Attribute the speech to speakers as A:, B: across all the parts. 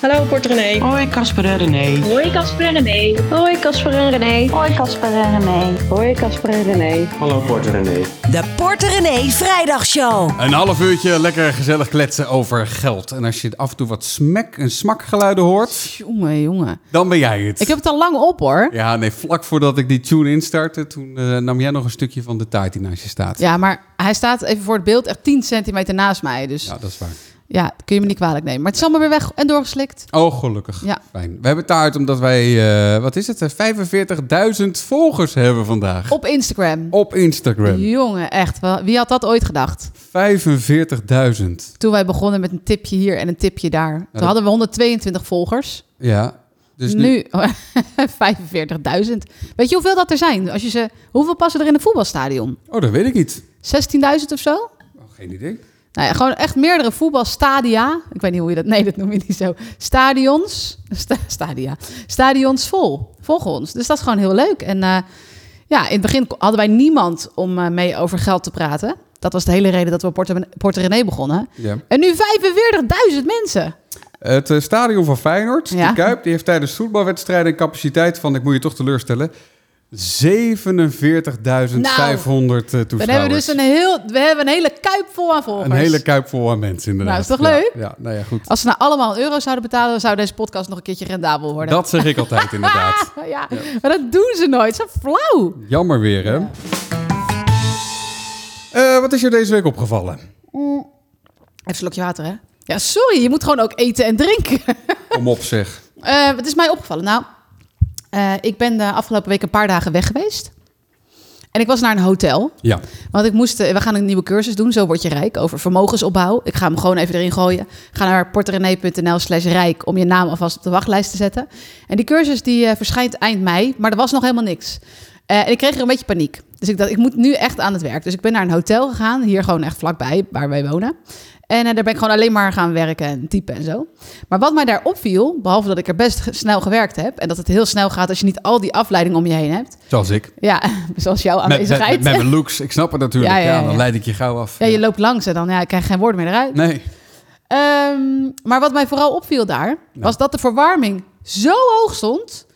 A: Hallo Port René.
B: Hoi Casper en René.
C: Hoi Casper en René.
D: Hoi Casper en René.
E: Hoi Casper en René.
F: Hoi Casper en René.
G: Hallo Port René.
H: De Port René Vrijdagshow.
I: Een half uurtje lekker gezellig kletsen over geld. En als je af en toe wat smek en smakgeluiden hoort,
J: Jongen, jongen.
I: dan ben jij het.
J: Ik heb het al lang op hoor.
I: Ja, nee, vlak voordat ik die tune instartte, toen eh, nam jij nog een stukje van de taart die naast je staat.
J: Ja, maar hij staat even voor het beeld echt 10 centimeter naast mij. Dus
I: Ja,
J: ja,
I: dat is waar.
J: dat kun je me niet kwalijk nemen. Maar het is allemaal weer weg en doorgeslikt.
I: Oh, gelukkig.
J: Ja.
I: Fijn. We hebben taart omdat wij, eh, wat is het, eh, 45.000 volgers hebben vandaag.
J: Op Instagram.
I: Op Instagram.
J: Jongen, echt. wel- Wie had dat ooit gedacht?
I: 45.000.
J: Toen wij begonnen met een tipje hier en een tipje daar. Toen
I: dat-
J: hadden we 122 volgers.
I: Ja. Dus nu,
J: nu 45.000. Weet je hoeveel dat er zijn? Als je ze, hoeveel passen er in een voetbalstadion?
I: Oh, dat weet ik niet.
J: 16.000 of zo?
I: Oh, geen idee.
J: Nou ja, gewoon echt meerdere voetbalstadia. Ik weet niet hoe je dat... Nee, dat noem je niet zo. Stadions. Sta- stadia. Stadions vol. Volgen ons. Dus dat is gewoon heel leuk. En eh, ja, in het begin hadden wij niemand om eh, mee over geld te praten. Dat was de hele reden dat we Porte, Porte René begonnen.
I: Ja.
J: En nu 45.000 mensen.
I: Het eh, stadion van Feyenoord,
J: Ja.
I: de Kuip, die heeft tijdens voetbalwedstrijden een capaciteit van, ik moet je toch teleurstellen, 47.500 eh, toeschouwers.
J: Nou, Dan hebben we dus een, heel, we hebben een hele kuip vol aan volgers.
I: Een hele Kuip vol aan mensen inderdaad.
J: Nou, is toch
I: Ja,
J: leuk?
I: Ja, nou ja, goed.
J: Als ze nou allemaal een euro zouden betalen, zou deze podcast nog een keertje rendabel worden.
I: Dat zeg ik altijd inderdaad.
J: Ja, maar dat doen ze nooit. Zo flauw.
I: Jammer weer, hè? Eh, wat is je deze week opgevallen?
J: Even een slokje water, hè? Ja, sorry. Je moet gewoon ook eten en drinken.
I: Kom op zeg.
J: Eh, het is mij opgevallen. Nou, eh, ik ben de afgelopen week een paar dagen weg geweest. En ik was naar een hotel.
I: Ja,
J: Want ik moest, eh, we gaan een nieuwe cursus doen, Zo Word Je Rijk, over vermogensopbouw. Ik ga hem gewoon even erin gooien. Ga naar portrenee.nl slash rijk om je naam alvast op de wachtlijst te zetten. En die cursus die eh, verschijnt eind mei, maar er was nog helemaal niks. Eh, en ik kreeg er een beetje paniek. Dus ik dacht, ik moet nu echt aan het werk. Dus ik ben naar een hotel gegaan, hier gewoon echt vlakbij, waar wij wonen. En eh, daar ben ik gewoon alleen maar gaan werken en typen en zo. Maar wat mij daar opviel, behalve dat ik er best snel gewerkt heb... en dat het heel snel gaat als je niet al die afleiding om je heen hebt...
I: zoals ik.
J: Ja, zoals jouw
I: Met, met,
J: aanwezigheid.
I: met mijn looks, ik snap het natuurlijk. Ja,
J: Ja, ja, ja,
I: dan
J: ja.
I: leid ik je gauw af.
J: Ja, je loopt langs en dan ja, ik krijg geen woorden meer eruit.
I: Nee,
J: Ehm, maar wat mij vooral opviel daar, was dat de verwarming zo hoog stond.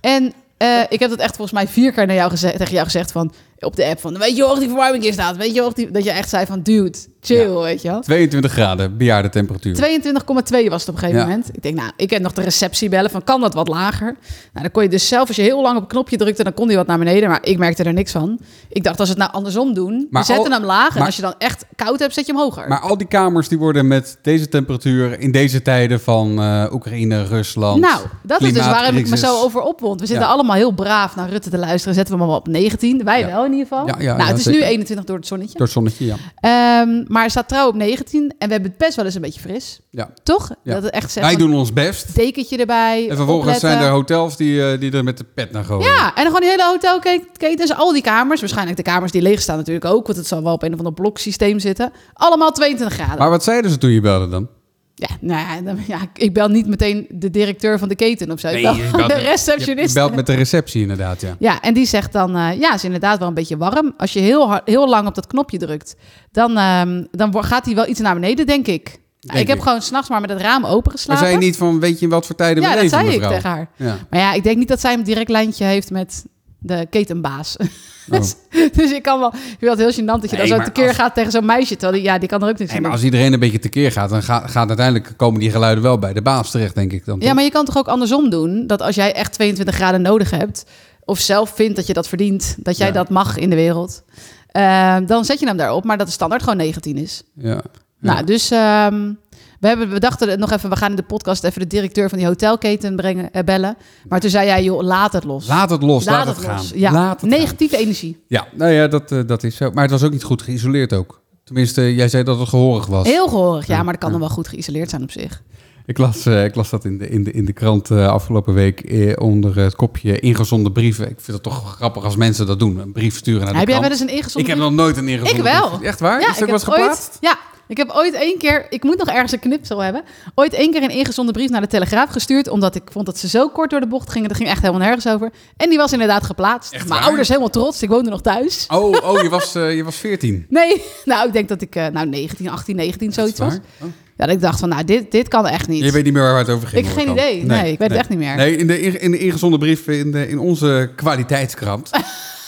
J: En eh, ik heb dat echt volgens mij vier keer naar jou geze- tegen jou gezegd van, op de app. Van, weet je hoe hoog die verwarming is staat? Weet je hoe hoog die... Dat je echt zei van, dude, chill, weet je wel.
I: 22 graden, bejaardentemperatuur.
J: 22,2 was het op een gegeven
I: Ja.
J: moment. Ik denk, nou, ik heb nog de receptie bellen van, kan dat wat lager? Nou, dan kon je dus zelf, als je heel lang op een knopje drukte, dan kon die wat naar beneden. Maar ik merkte er niks van. Ik dacht, als we het nou andersom doen,
I: Maar
J: we zetten
I: al-
J: hem lager.
I: maar-
J: en als je dan echt koud hebt, zet je hem hoger.
I: Maar al die kamers die worden met deze temperatuur in deze tijden van eh, Oekraïne, Rusland.
J: Nou, dat is dus waarom ik me
I: klimaatcrisis.
J: zo over opwond. We zitten
I: Ja.
J: allemaal heel braaf naar Rutte te luisteren. Zetten we hem al op 19. Wij
I: Ja.
J: wel in ieder geval.
I: Ja, ja,
J: nou,
I: ja,
J: het is
I: zeker.
J: nu 21 door het zonnetje.
I: Door het zonnetje, ja.
J: Ehm, maar het staat trouw op 19. En we hebben het best wel eens een beetje fris.
I: ja.
J: Toch?
I: Ja.
J: Dat het echt zegt
I: Wij
J: van,
I: doen ons best.
J: dekentje erbij.
I: En vervolgens
J: opletten.
I: zijn er hotels die, eh, die er met de pet naar gooien.
J: Ja, en dan gewoon die hele hotelketens, al die kamers. Waarschijnlijk de kamers die leeg staan natuurlijk ook. Want het zal wel op een of ander bloksysteem zitten. Allemaal 22 graden.
I: Maar wat zeiden ze toen je belde dan?
J: Ja, nou ja, dan- ja, ik bel niet meteen de directeur van de keten of zo. ik bel
I: je
J: de
I: belt- Je, je
J: receptionist.
I: belt met de receptie inderdaad, ja.
J: Ja, en die zegt dan, eh, ja, is inderdaad wel een beetje warm. Als je heel, hard- heel lang op dat knopje drukt, dan, ehm, dan wo- gaat hij wel iets naar beneden, denk ik. Nou,
I: Denk
J: ik heb
I: ik.
J: gewoon s'nachts maar met het raam open
I: Maar
J: geslapen.
I: zei je niet van, weet je in wat voor tijden we
J: ja, dat
I: leven,
J: zei
I: mevrouw?
J: ik tegen haar.
I: Ja.
J: Maar ja, ik denk niet dat zij een direct lijntje heeft met de ketenbaas. dus, dus ik kan wel... Ik vind het heel gênant dat
I: Oh.
J: je
I: Nee,
J: dan zo
I: maar
J: tekeer
I: als-
J: gaat tegen zo'n meisje. Terwijl die, ja, die kan er ook niks
I: Nee,
J: aan
I: maar
J: doen.
I: als iedereen een beetje tekeer gaat, dan ga- gaat uiteindelijk komen die geluiden wel bij de baas terecht, denk ik dan.
J: Ja, maar je kan toch ook andersom doen? Dat als jij echt 22 graden nodig hebt, of zelf vindt dat je dat verdient, dat jij
I: Ja.
J: dat mag in de wereld, eh, dan zet je hem daarop, maar dat de standaard gewoon 19 is.
I: Ja.
J: Nou, dus ehm, we, hebben, we dachten het nog even, we gaan in de podcast even de directeur van die hotelketen brengen, eh, bellen. Maar toen zei jij, joh, laat het los.
I: Laat het los, laat,
J: Laat
I: het gaan.
J: Ja,
I: Laat het gaan.
J: negatieve energie.
I: Ja, nou ja, dat, eh, dat is zo. Maar het was ook niet goed geïsoleerd ook. Tenminste, jij zei dat het gehoorig was.
J: Heel gehoorig, ja, maar dat kan
I: Ja.
J: dan wel goed geïsoleerd zijn op zich.
I: Ik, las, eh, ik las dat in de, in de, in de krant eh, afgelopen week eh, onder het kopje ingezonde brieven. Ik vind het toch grappig als mensen dat doen. Een brief sturen naar de
J: Heb jij
I: krant.
J: wel eens een
I: Nou,
J: ingezonden
I: Ik heb
J: brief?
I: nog nooit een ingezonde
J: Ik wel.
I: brief. Echt waar?
J: Ja,
I: is dat
J: ik
I: was
J: heb ooit-
I: geplaatst?
J: ja, ik heb ooit één keer, ik moet nog ergens een knipsel hebben, ooit één keer een ingezonden brief naar de Telegraaf gestuurd, omdat ik vond dat ze zo kort door de bocht gingen, dat ging echt helemaal nergens over. En die was inderdaad geplaatst.
I: Echt
J: Mijn
I: waar?
J: ouders helemaal trots, ik woonde nog thuis.
I: Oh, oh je, was, eh, je was 14.
J: Nee, nou ik denk dat ik, eh, nou 19, 18, 19 zoiets
I: Waar?
J: was.
I: Oh.
J: Ja, dat ik dacht van, nou, dit, dit kan echt niet.
I: Je weet niet meer waar het over ging.
J: Ik
I: hoor
J: geen
I: al.
J: idee. Nee, ik weet het echt niet meer.
I: Nee, in de, in- in de ingezonde brief, in, de, in onze kwaliteitskrant,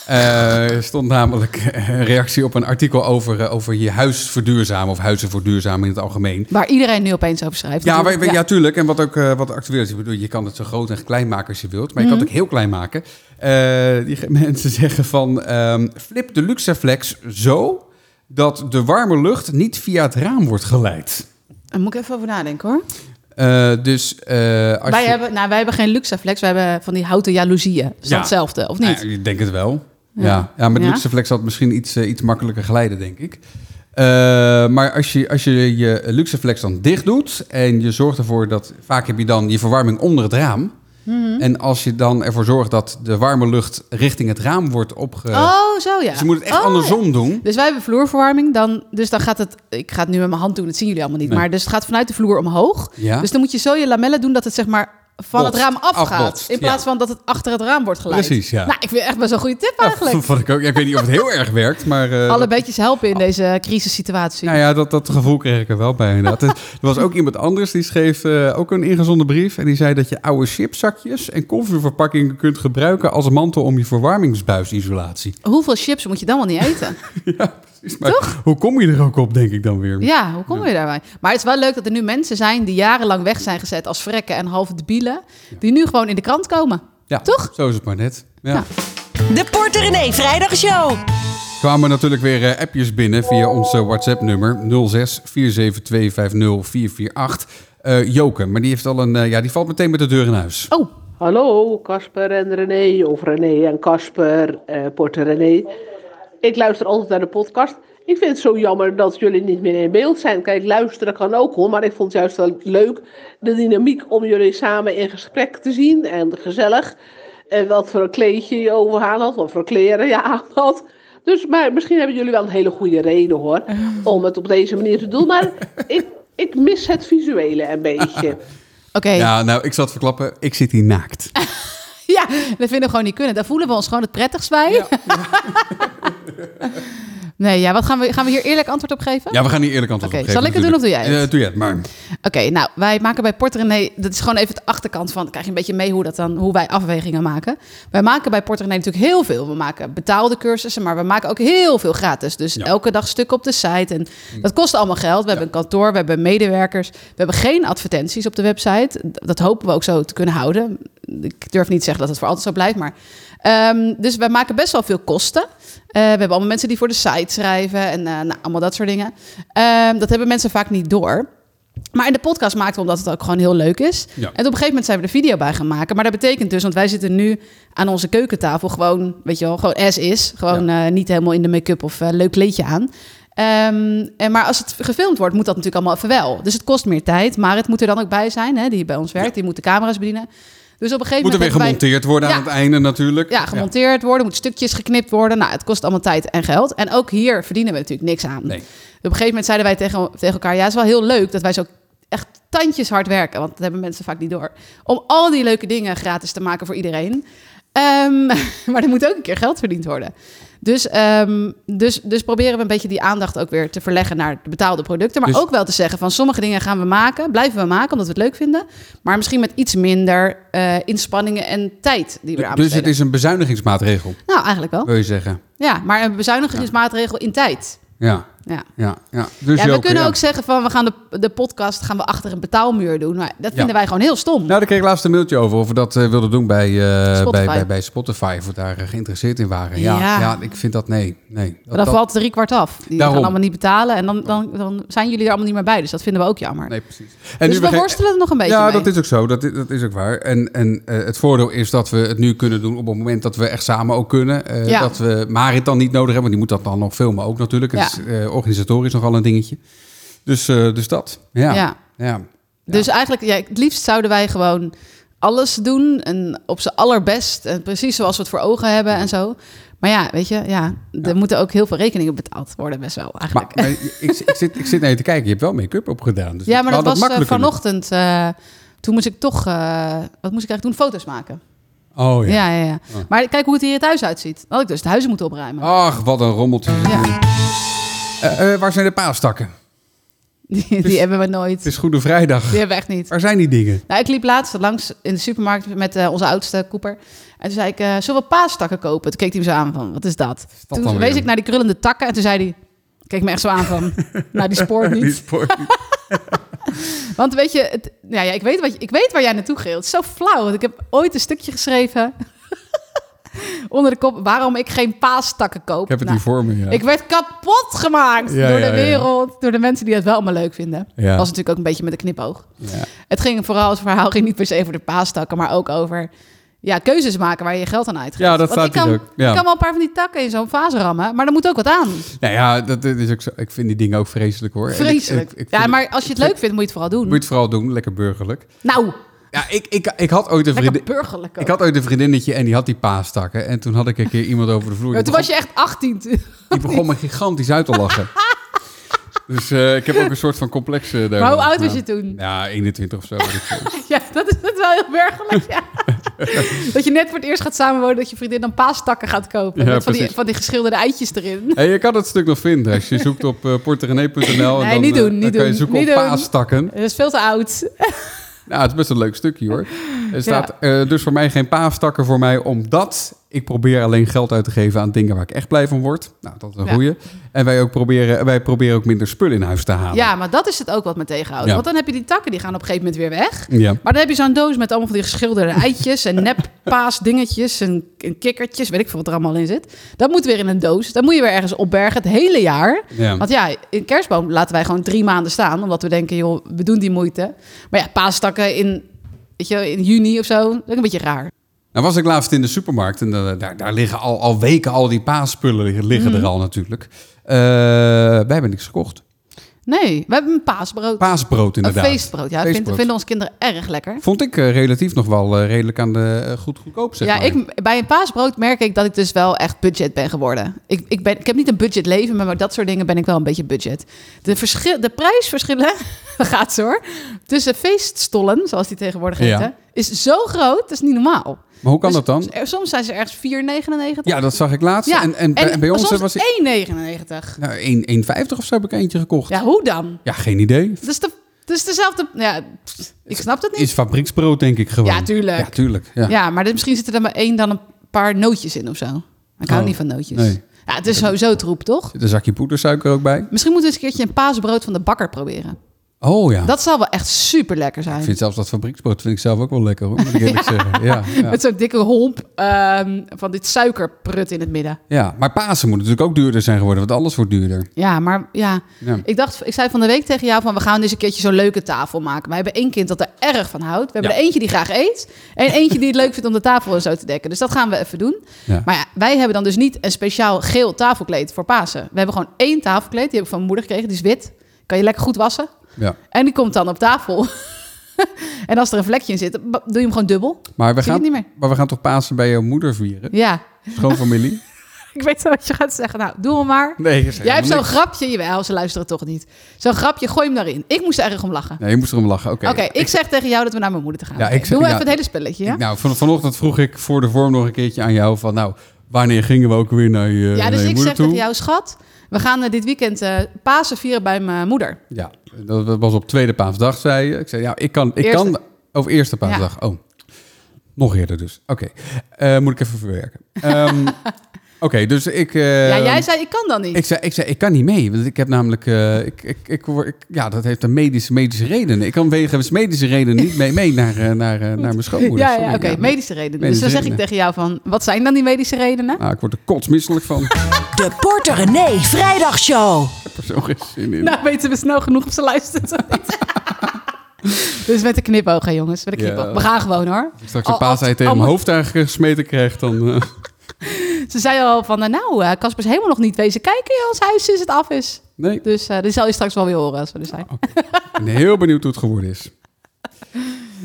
I: eh, stond namelijk een reactie op een artikel over, eh, over je huis verduurzamen of huizen verduurzamen in het algemeen.
J: Waar iedereen nu opeens over schrijft.
I: Ja,
J: natuurlijk.
I: wij- wij- ja, tuurlijk. En wat ook eh, wat actueel is. Ik bedoel, je kan het zo groot en klein maken als je wilt. Maar je kan
J: Mhm.
I: het ook heel klein maken. Eh, die ge- mensen zeggen van... ehm, flip de Luxaflex zo dat de warme lucht niet via het raam wordt geleid.
J: Daar moet ik even over nadenken hoor.
I: Eh, dus eh, als
J: Wij,
I: je...
J: hebben, nou, wij hebben geen Luxaflex, wij hebben van die houten jaloezieën. Dat is
I: Ja.
J: hetzelfde, of niet?
I: Nou ja, ik denk het wel.
J: Ja.
I: Ja, ja. maar de
J: Ja?
I: Luxaflex had misschien iets, eh, iets makkelijker geleiden, denk ik. Eh, maar als je, als je je Luxaflex dan dicht doet en je zorgt ervoor dat... Vaak heb je dan je verwarming onder het raam.
J: Mhm.
I: En als je dan ervoor zorgt dat de warme lucht richting het raam wordt opge...
J: oh, zo ja.
I: Dus je moet het echt
J: Oh,
I: andersom
J: ja.
I: doen.
J: Dus wij hebben vloerverwarming, dan, dus dan gaat het... Ik ga het nu met mijn hand doen, dat zien jullie allemaal niet.
I: Nee.
J: Maar dus het gaat vanuit de vloer omhoog.
I: Ja.
J: Dus dan moet je zo je lamellen doen dat het zeg maar van
I: Botst,
J: het raam afgaat.
I: afbotst,
J: In plaats
I: ja.
J: van dat het achter het raam wordt geleid.
I: Precies, ja.
J: Nou, ik vind het echt best wel een goede tip eigenlijk.
I: Ja, vond ik, ook. Ja, ik weet niet of het heel erg werkt, maar... eh,
J: Alle beetjes helpen in deze crisissituatie.
I: Nou ja, dat, dat gevoel kreeg ik er wel bij inderdaad. er was ook iemand anders die schreef eh, ook een ingezonden brief. En die zei dat je oude chipzakjes en confituurverpakkingen kunt gebruiken als mantel om je verwarmingsbuisisolatie.
J: Hoeveel chips moet je dan wel niet eten?
I: Precies, maar Hoe kom je er ook op, denk ik dan weer?
J: Ja, hoe kom je daarbij? Maar het is wel leuk dat er nu mensen zijn die jarenlang weg zijn gezet als vrekken en halve debielen, die nu gewoon in de krant komen.
I: Ja,
J: Toch?
I: Zo is het maar net. Ja.
J: Ja.
H: De Porter René Vrijdagshow.
I: Kwamen natuurlijk weer eh, appjes binnen via ons eh, WhatsApp-nummer 06 472 50448. Eh, Joke, maar die heeft al een. eh, ja, die valt meteen met de deur in huis.
J: Oh,
A: Hallo, Casper en René, of René en Casper, eh Porter René. Ik luister altijd naar de podcast. Ik vind het zo jammer dat jullie niet meer in beeld zijn. Kijk, luisteren kan ook hoor, maar ik vond het juist wel leuk de dynamiek om jullie samen in gesprek te zien en gezellig. En wat voor een kleedje je over aan had, wat voor kleren je aan had. Dus maar misschien hebben jullie wel een hele goede reden hoor, om het op deze manier te doen. Maar ik, ik mis het visuele een beetje.
J: oké. Ja.
I: Ja, nou, ik zal het verklappen. Ik zit hier naakt.
J: dat vinden we gewoon niet kunnen. Daar voelen we ons gewoon het prettigst bij. nee, ja, wat gaan we, gaan we hier eerlijk antwoord op geven?
I: Ja, we gaan hier eerlijk antwoord
J: Oh. Oké,
I: op geven.
J: zal ik het doen
I: natuurlijk.
J: of doe jij
I: Eh,
J: het?
I: doe jij het maar.
J: Oké, nou, wij maken bij Port René... Dat is gewoon even de achterkant van... Dan krijg je een beetje mee hoe, dat dan, hoe wij afwegingen maken. Wij maken bij Port René natuurlijk heel veel. We maken betaalde cursussen, maar we maken ook heel veel gratis. Dus
I: Ja.
J: elke dag stukken op de site. En dat kost allemaal geld. We hebben een kantoor, we hebben medewerkers. We hebben geen advertenties op de website. Dat hopen we ook zo te kunnen houden. Ik durf niet te zeggen dat het voor altijd zo blijft, maar... ehm, dus wij maken best wel veel kosten. Eh, we hebben allemaal mensen die voor de site schrijven en eh, nou, allemaal dat soort dingen. Ehm, dat hebben mensen vaak niet door. Maar in de podcast maakten we omdat het ook gewoon heel leuk is.
I: Ja.
J: En op een gegeven moment zijn we er video bij gaan maken. Maar dat betekent dus, want wij zitten nu aan onze keukentafel gewoon, weet je wel, gewoon as is. Gewoon eh, niet helemaal in de make-up of eh, leuk kleedje aan. Ehm, en, maar als het gefilmd wordt, moet dat natuurlijk allemaal even wel. Dus het kost meer tijd. Maar het moet er dan ook bij zijn, hè, die bij ons werkt. Die moet de camera's bedienen. Dus op een gegeven
I: Moet er
J: moment...
I: weer
J: hebben wij-
I: gemonteerd worden
J: Ja.
I: aan het einde natuurlijk.
J: ja, gemonteerd worden, moet stukjes geknipt worden. Nou, het kost allemaal tijd en geld. En ook hier verdienen we natuurlijk niks aan.
I: Nee.
J: Op een gegeven moment zeiden wij tegen, tegen elkaar: ja, het is wel heel leuk dat wij zo echt tandjes hard werken, want dat hebben mensen vaak niet door. Om al die leuke dingen gratis te maken voor iedereen. Ehm, maar er moet ook een keer geld verdiend worden. Dus, ehm, dus, dus proberen we een beetje die aandacht ook weer te verleggen naar de betaalde producten. Maar
I: Dus-
J: ook wel te zeggen van sommige dingen gaan we maken, blijven we maken omdat we het leuk vinden. Maar misschien met iets minder eh, inspanningen en tijd die we eraan
I: Dus het
J: besteden.
I: Eh. is een bezuinigingsmaatregel,
J: Nou, eigenlijk wel.
I: wil je zeggen.
J: Ja, maar een bezuinigingsmaatregel in tijd.
I: Ja,
J: Ja.
I: ja, ja. Dus
J: ja, we
I: Joke,
J: kunnen
I: ja.
J: ook zeggen van we gaan de, de podcast gaan we achter een betaalmuur doen. Maar dat vinden wij gewoon heel stom.
I: Nou, daar kreeg ik laatst een mailtje over of we dat eh, wilden doen bij, eh,
J: Spotify.
I: Bij, bij, bij Spotify. Of we daar eh, geïnteresseerd in waren. Ja,
J: Ja.
I: ja. ik vind dat nee. nee. Dat,
J: Maar dan
I: dat-
J: valt drie kwart af. Die
I: Daarom.
J: gaan allemaal niet betalen. En dan, dan, dan zijn jullie er allemaal niet meer bij. Dus dat vinden we ook jammer.
I: Nee, precies. En
J: dus we
I: begrijp-
J: worstelen er nog een beetje
I: Ja,
J: mee.
I: dat is ook zo. Dat is, dat is ook waar. En, en eh, het voordeel is dat we het nu kunnen doen op het moment dat we echt samen ook kunnen. Eh,
J: Ja.
I: Dat we Marit dan niet nodig hebben, want die moet dat dan nog filmen ook natuurlijk.
J: Ja.
I: Het is eh, organisatorisch nogal een dingetje. Dus, eh, dus dat. Ja.
J: Ja.
I: ja.
J: Dus eigenlijk, ja, het liefst zouden wij gewoon alles doen. En op z'n allerbest. En precies zoals we het voor ogen hebben en zo. Maar ja, weet je, ja, er moeten ook heel veel rekeningen betaald worden. Best wel
I: Maar,
J: eigenlijk.
I: maar ik, ik, zit, ik zit naar je te kijken. Je hebt wel make-up op gedaan. Dus
J: Ja, maar
I: je
J: dat
I: had het
J: was eh,
I: makkelijker
J: vanochtend. eh, toen moest ik toch. eh, wat moest ik eigenlijk doen? Foto's maken.
I: moeten- Oh ja.
J: Ja, ja, ja. Maar kijk hoe het hier thuis uitziet. Dan had ik dus het huizen moeten
I: Oh.
J: opruimen.
I: Ach, wat een rommeltje.
J: Ja.
I: Eh, eh, waar zijn de paastakken?
J: Die,
I: Dus-
J: die hebben we nooit.
I: Het is Goede Vrijdag.
J: Die hebben we echt niet.
I: Waar zijn die dingen?
J: Nou, ik liep laatst langs in de supermarkt met eh, onze oudste Cooper. En toen zei ik, eh zullen we paastakken kopen? Toen keek hij me zo aan van, wat is dat?
I: dat
J: toen
I: dan
J: wees
I: weer?
J: ik naar die krullende takken en toen zei hij... Keek me echt zo aan van, nou die spoort
I: Die
J: niet.
I: spoor-
J: Want weet je, het, nou ja, ik, weet wat, je- ik weet waar jij naartoe ging. Het is zo flauw, want ik heb ooit een stukje geschreven... onder de kop, waarom ik geen paastakken koop.
I: Ik heb het
J: Nou,
I: hier voor me, ja.
J: ik werd kapot gemaakt
I: Ja,
J: door
I: ja,
J: de
I: ja.
J: wereld, door de mensen die het wel allemaal leuk vinden.
I: Ja.
J: Was natuurlijk ook een beetje met een knipoog.
I: Ja.
J: Het ging vooral, het verhaal ging niet per se over de paastakken, maar ook over ja, keuzes maken waar je je geld aan uitgeeft.
I: Ja, dat
J: Want
I: staat
J: ik kan,
I: hier ook, ja.
J: ik kan wel een paar van die takken in zo'n vaas rammen, maar er moet ook wat aan.
I: Nou ja, dat is ook zo. ik vind die dingen ook vreselijk hoor. En ik-
J: Vreselijk.
I: ik- ik
J: ja,
I: vind-
J: maar als je het leuk vindt, moet je het vooral doen.
I: Moet je het vooral doen, lekker burgerlijk.
J: Nou,
I: Ja, ik, ik, ik had ooit een
J: lekker
I: vriendin...
J: burgerlijk ook.
I: Ik had ooit een vriendinnetje en die had die paastakken. En toen had ik een keer iemand over de vloer.
J: Ja,
I: die
J: toen
I: begon-
J: was je echt 18. toen.
I: Die begon me gigantisch uit te lachen. dus eh, ik heb ook een soort van complex eh, daar.
J: Maar hoe oud was je toen?
I: Ja, 21 of zo. weet ik veel.
J: ja, dat is het wel heel burgerlijk, ja. dat je net voor het eerst gaat samenwonen, dat je vriendin dan paastakken gaat kopen.
I: Ja,
J: met van die,
I: precies.
J: van die geschilderde eitjes erin.
I: hey, je kan dat stuk nog vinden. Als je zoekt op eh porterenee.nl. en
J: Nee,
I: dan,
J: niet
I: eh,
J: doen,
I: dan
J: niet
I: kan je
J: doen,
I: zoeken
J: niet
I: op
J: doen.
I: paastakken.
J: Dat is veel te oud.
I: Nou, het is best een leuk stukje hoor. Er staat eh, dus voor mij geen paastakken voor mij, omdat ik probeer alleen geld uit te geven aan dingen waar ik echt blij van word. Nou, dat is een
J: Ja.
I: goeie. En wij, ook proberen, wij proberen ook minder spullen in huis te halen.
J: Ja, maar dat is het ook wat me tegenhoudt.
I: Ja.
J: Want dan heb je die takken, die gaan op een gegeven moment weer weg.
I: Ja.
J: Maar dan heb je zo'n doos met allemaal van die geschilderde eitjes en neppaasdingetjes en, en kikkertjes, weet ik veel wat er allemaal in zit. Dat moet weer in een doos. Dat moet je weer ergens opbergen het hele jaar.
I: Ja.
J: Want ja, in kerstboom laten wij gewoon drie maanden staan, omdat we denken, joh, we doen die moeite. Maar ja, paastakken in, weet je, in juni of zo, dat is ook een beetje raar.
I: Nou was ik laatst in de supermarkt en eh, daar, daar liggen al, al weken al die paasspullen liggen, liggen
J: Mhm.
I: er al natuurlijk. Eh, wij hebben niks gekocht.
J: Nee, we hebben een paasbrood.
I: Paasbrood
J: een
I: inderdaad.
J: feestbrood, ja. dat Vind,
I: Feestbrood.
J: vinden onze kinderen erg lekker.
I: Vond ik eh, relatief nog wel eh, redelijk aan de eh, goed goedkoop zeg
J: ja,
I: maar.
J: ik, bij een paasbrood merk ik dat ik dus wel echt budget ben geworden. Ik, ik, ben, ik heb niet een budget leven, maar met dat soort dingen ben ik wel een beetje budget. De, verschil, de prijsverschillen, daar gaat ze hoor, tussen feeststollen, zoals die tegenwoordig
I: Ja.
J: heten, is zo groot, dat is niet normaal.
I: Maar hoe kan
J: Dus
I: dat dan?
J: er- Soms zijn ze ergens 4,99.
I: Ja, dat zag ik laatst.
J: Ja,
I: En, en, bij, bij ons eh,
J: soms
I: was ik
J: 1,99.
I: nou, 1, 1,50 of zo heb ik eentje gekocht. Ja,
J: Ja, hoe dan?
I: geen idee.
J: Dat is, de, dat is dezelfde... Ja, pff, ik snap dat niet.
I: Is fabrieksbrood denk ik gewoon.
J: Ja, tuurlijk.
I: Ja, tuurlijk. Ja.
J: Ja, maar dit- misschien zitten er maar één dan een paar nootjes in of zo. Ik hou
I: Oh,
J: niet van nootjes.
I: nee.
J: Ja, het is sowieso troep, toch?
I: Zit een zakje poedersuiker ook bij?
J: Misschien moeten we eens een keertje een paasbrood van de bakker proberen.
I: Oh ja.
J: Dat zal wel echt super lekker
I: Ik
J: zijn.
I: vind zelfs dat fabrieksbrood vind ik zelf ook wel lekker hoor, moet ik eerlijk zeggen. Ja, ja.
J: Met zo'n dikke homp ehm, van dit suikerprut in het midden.
I: ja, maar Pasen moet natuurlijk ook duurder zijn geworden, want alles wordt duurder.
J: Ja, maar ja.
I: Ja.
J: Ik dacht, ik zei van de week tegen jou van we gaan dus een keertje zo'n leuke tafel maken. Wij hebben één kind dat er erg van houdt. We hebben
I: Ja.
J: er eentje die graag eet en eentje die het leuk vindt om de tafel en zo te dekken. Dus dat gaan we even doen.
I: Ja.
J: Maar ja, wij hebben dan dus niet een speciaal geel tafelkleed voor Pasen. We hebben gewoon één tafelkleed. Die heb ik van mijn moeder gekregen. Die is wit. Kan je lekker goed wassen.
I: Ja.
J: En die komt dan op tafel. en als er een vlekje in zit, b- doe je hem gewoon dubbel.
I: Maar we,
J: Zie je
I: gaan,
J: het niet meer?
I: maar we gaan toch Pasen bij jouw moeder vieren?
J: Ja,
I: Schoonfamilie?
J: ik weet wel wat je gaat zeggen. Nou, doe hem maar.
I: Nee, je
J: Jij hebt zo'n grapje. Jawel, ze luisteren toch niet. Zo'n grapje, gooi hem daarin. Ik moest er erg om lachen.
I: Nee, je moest erom lachen. Oké.
J: Oké, ik zeg tegen jou dat we naar mijn moeder te gaan.
I: Ja, ik
J: Oké,
I: zeg-
J: Doe
I: ja,
J: even het hele spelletje, ja?
I: Ik- Nou, van, vanochtend vroeg ik voor de vorm nog een keertje aan jou van, nou, wanneer gingen we ook weer naar je,
J: ja,
I: naar
J: dus
I: je
J: ik
I: moeder
J: zeg
I: toe?
J: tegen jou, schat, we gaan eh, dit weekend eh, Pasen vieren bij mijn moeder.
I: Ja, dat dat was op tweede paasdag, zei je. Ik zei, ja, ik kan... Ik
J: Eerste.
I: kan of eerste paasdag, oh. Nog eerder dus. Oké, Eh, moet ik even verwerken. Ehm, Oké, dus ik... eh,
J: ja, jij zei, ik kan dan niet.
I: Ik zei, ik zei, ik kan niet mee, want ik heb namelijk, eh, ik, ik, ik, word- ik- ja, dat heeft een medische, medische reden. Ik kan wegens medische reden niet mee, mee naar, eh, naar, eh, naar mijn schoonmoeder.
J: ja, ja, oké,
I: Sorry, maar-
J: medische redenen.
I: Medische
J: dus dan zeg
I: redenen.
J: ik tegen jou van, wat zijn dan die medische redenen?
I: Nou, ik word er kotsmisselijk van. Ik
H: De Porter René Vrijdagshow.
I: heb er zo geen zin in.
J: Nou, weten we snel genoeg of ze luistert of niet. dus met de knipoog, hè, jongens. Met de
I: Ja.
J: knipoog. We gaan gewoon, hoor.
I: Als ik straks een
J: Al- als-
I: paasheid tegen
J: al-
I: mijn hoofd eigenlijk gesmeten krijg, dan... eh,
J: Ze zei al van, eh, nou, eh, Casper is helemaal nog niet wezen kijken joh, als huis is het af is.
I: nee,
J: Dus eh die zal je straks wel weer horen als we er zijn.
I: ik ben heel benieuwd hoe het geworden is.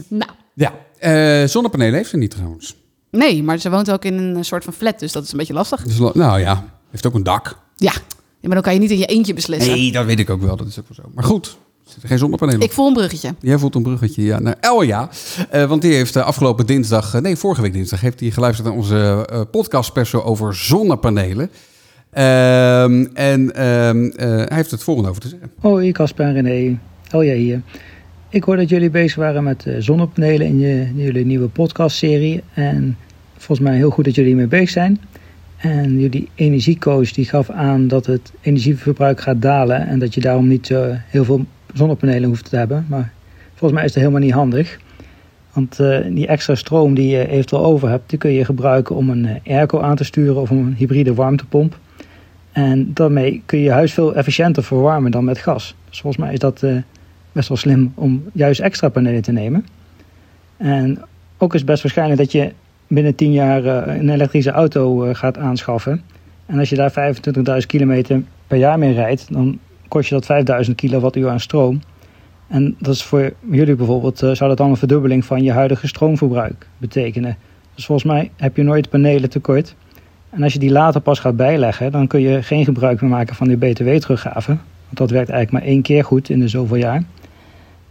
J: Nou,
I: Ja, eh zonnepanelen heeft ze niet trouwens.
J: nee, maar ze woont ook in een soort van flat, dus dat is een beetje lastig.
I: Dus, lo- nou ja, heeft ook een dak.
J: Ja, maar dan kan je niet in je eentje beslissen.
I: Nee, dat weet ik ook wel, dat is ook wel zo. Maar goed, er zitten geen zonnepanelen op.
J: Ik voel een bruggetje.
I: Jij voelt een bruggetje ja, naar Elja. Eh, want die heeft eh, afgelopen dinsdag, eh, nee, vorige week dinsdag, heeft hij geluisterd naar onze eh podcast special over zonnepanelen. Eh, Ehm, en ehm, eh, hij heeft het volgende over te zeggen.
B: Hoi Casper en René, Helja hier. Ik hoor dat jullie bezig waren met eh, zonnepanelen in, je, in jullie nieuwe podcastserie. En volgens mij heel goed dat jullie ermee bezig zijn. En jullie energiecoach die gaf aan dat het energieverbruik gaat dalen. En dat je daarom niet zo heel veel zonnepanelen hoeft te hebben. Maar volgens mij is dat helemaal niet handig. Want eh, die extra stroom die je eventueel over hebt, die kun je gebruiken om een eh, airco aan te sturen of een hybride warmtepomp. En daarmee kun je je huis veel efficiënter verwarmen dan met gas. Dus volgens mij is dat eh, best wel slim om juist extra panelen te nemen. En ook is het best waarschijnlijk dat je binnen 10 jaar eh, een elektrische auto eh, gaat aanschaffen. En als je daar 25.000 kilometer per jaar mee rijdt, dan kost je dat 5000 kilowattuur aan stroom. En dat is voor jullie bijvoorbeeld, eh, zou dat dan een verdubbeling van je huidige stroomverbruik betekenen. Dus volgens mij heb je nooit panelen tekort. En als je die later pas gaat bijleggen, dan kun je geen gebruik meer maken van die btw-teruggave. Want dat werkt eigenlijk maar één keer goed in de zoveel jaar.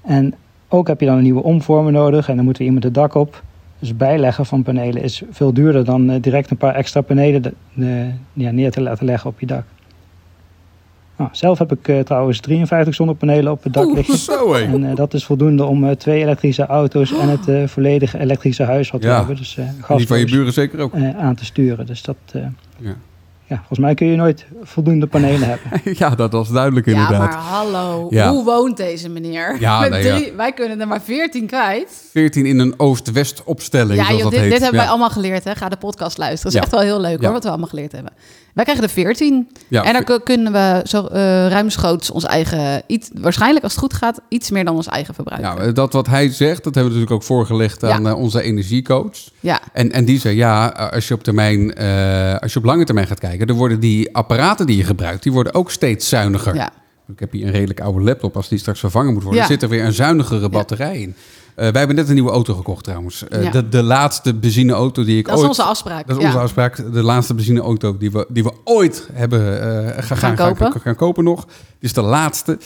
B: En ook heb je dan een nieuwe omvormer nodig en dan moet er iemand het dak op. Dus bijleggen van panelen is veel duurder dan eh, direct een paar extra panelen de- de- ja, neer te laten leggen op je dak. Nou, zelf heb ik eh, trouwens 53 zonnepanelen op het dak liggen.
I: Zo hé.
B: En eh, dat is voldoende om eh, twee elektrische auto's en het eh, volledige elektrische huis wat
I: Ja.
B: we hebben. Dus eh
I: Die van je
B: gasloos
I: buren zeker ook.
B: eh, aan te sturen. Dus dat, eh,
I: Ja.
B: ja. volgens mij kun je nooit voldoende panelen hebben.
I: ja, dat was duidelijk
J: Ja,
I: inderdaad.
J: maar hallo.
I: Ja.
J: Hoe woont deze meneer?
I: Ja,
J: Met
I: nee,
J: drie, Wij kunnen er maar veertien kwijt.
I: 14 in een oost-west opstelling,
J: Ja,
I: zoals
J: joh,
I: dat
J: dit, dit
I: heet.
J: hebben wij
I: ja.
J: allemaal geleerd. Hè? Ga de podcast luisteren. Dat
I: Ja.
J: is echt wel heel leuk
I: Ja.
J: hoor, wat we allemaal geleerd hebben. Wij krijgen er veertien.
I: Ja,
J: en dan ku- kunnen we zo eh, ruimschoots ons eigen... Iets, waarschijnlijk als het goed gaat, iets meer dan ons eigen verbruik. Ja,
I: Ja, eh, dat wat hij zegt, dat hebben we natuurlijk ook voorgelegd aan
J: Ja.
I: eh, onze energiecoach.
J: ja.
I: En, en die zei, ja, als je, op termijn, eh, als je op lange termijn gaat kijken... dan worden die apparaten die je gebruikt, die worden ook steeds zuiniger. Ik heb hier een redelijk oude laptop. Als die straks vervangen moet worden,
J: Ja.
I: zit er weer een zuinigere batterij in. Eh, wij hebben net een nieuwe auto gekocht trouwens. Eh,
J: Ja.
I: de, de laatste benzineauto die ik
J: Dat is
I: ooit...
J: onze afspraak.
I: dat is
J: ja.
I: onze afspraak. De laatste benzineauto die we, die we ooit hebben eh, gaan, gaan, gaan,
J: kopen.
I: gaan, kopen nog. Dit is de laatste.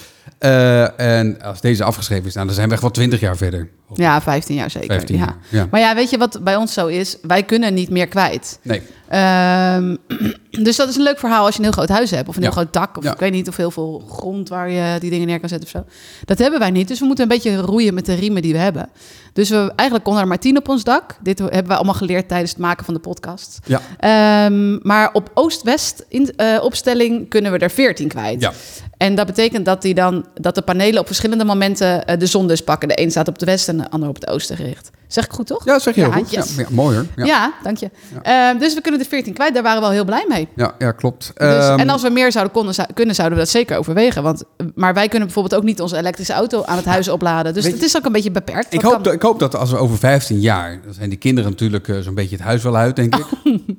I: Eh, en als deze afgeschreven is, nou, dan zijn we echt wel twintig jaar verder. Of
J: Ja, 15 jaar zeker.
I: 15
J: ja.
I: jaar. Ja.
J: Maar ja, weet je wat bij ons zo is? Wij kunnen niet meer kwijt.
I: Nee,
J: Ehm, dus dat is een leuk verhaal als je een heel groot huis hebt. Of een heel
I: Ja.
J: groot dak. Of
I: Ja.
J: ik weet niet of heel veel grond waar je die dingen neer kan zetten of zo. Dat hebben wij niet. Dus we moeten een beetje roeien met de riemen die we hebben. Dus we, eigenlijk kon er maar tien op ons dak. Dit hebben wij allemaal geleerd tijdens het maken van de podcast.
I: ja.
J: Ehm, maar op Oost-West in, eh, opstelling kunnen we er 14 kwijt.
I: Ja.
J: En dat betekent dat, die dan, dat de panelen op verschillende momenten eh, de zon dus pakken. De een staat op de west en de ander op het oosten gericht. Zeg ik goed, toch?
I: ja, zeg je heel
J: Ja,
I: goed.
J: yes.
I: Ja, ja, mooi hoor. Ja,
J: Ja,
I: ja.
J: dank je. Ehm, dus we kunnen de 14 kwijt. Daar waren we al heel blij mee.
I: ja, klopt.
J: Dus,
I: Ehm,
J: en als we meer zouden konden, zou- kunnen, zouden we dat zeker overwegen. Want, maar wij kunnen bijvoorbeeld ook niet onze elektrische auto aan het huis opladen. Dus
I: Weet
J: het is ook een beetje beperkt.
I: ik,
J: Wat
I: hoop
J: kan-
I: dat, ik hoop dat als we over 15 jaar, dan zijn die kinderen natuurlijk eh, zo'n beetje het huis wel uit, denk ik.